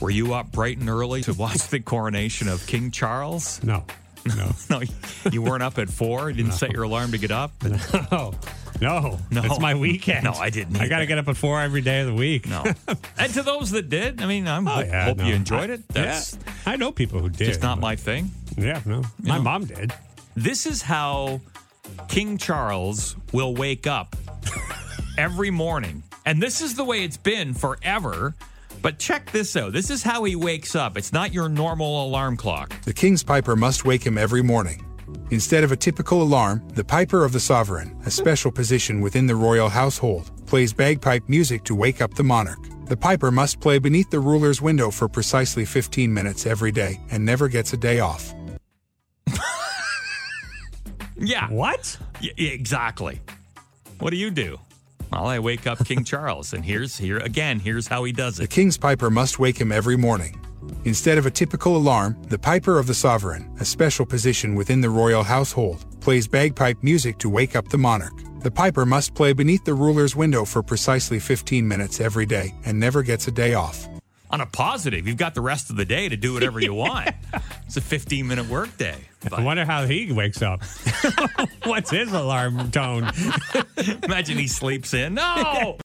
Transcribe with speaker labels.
Speaker 1: Were you up bright and early to watch the coronation of King Charles?
Speaker 2: No, no,
Speaker 1: No, you weren't up at four. You didn't set your alarm to get up.
Speaker 2: no, no,
Speaker 1: No.
Speaker 2: It's my weekend.
Speaker 1: No, I didn't
Speaker 2: I got to
Speaker 1: either.
Speaker 2: get up at four every day of the week.
Speaker 1: No. and to those that did, I mean, I
Speaker 2: Oh, yeah,
Speaker 1: hope
Speaker 2: no.
Speaker 1: you enjoyed it.
Speaker 2: I-
Speaker 1: That's
Speaker 2: yeah, I know people who did.
Speaker 1: just not
Speaker 2: but-
Speaker 1: my thing.
Speaker 2: Yeah, no. My mom did.
Speaker 1: This is how King Charles will wake up every morning. And this is the way it's been forever. But check this out. This is how he wakes up. It's not your normal alarm clock.
Speaker 3: The King's Piper must wake him every morning. Instead of a typical alarm, the Piper of the Sovereign, a special position within the royal household, plays bagpipe music to wake up the monarch. The Piper must play beneath the ruler's window for precisely 15 minutes every day and never gets a day off.
Speaker 1: Yeah.
Speaker 2: What?
Speaker 1: Y- yeah, exactly. What do you do? Well, I wake up King Charles, and here's here again. Here's how he does
Speaker 3: The
Speaker 1: it.
Speaker 3: King's Piper must wake him every morning. Instead of a typical alarm, the Piper of the Sovereign, a special position within the royal household, plays bagpipe music to wake up the monarch. The Piper must play beneath the ruler's window for precisely 15 minutes every day and never gets a day off.
Speaker 1: On a positive, you've got the rest of the day to do whatever you want. It's a 15 minute workday.
Speaker 2: I
Speaker 1: But
Speaker 2: wonder how he wakes up. What's his alarm tone?
Speaker 1: imagine he sleeps in. No.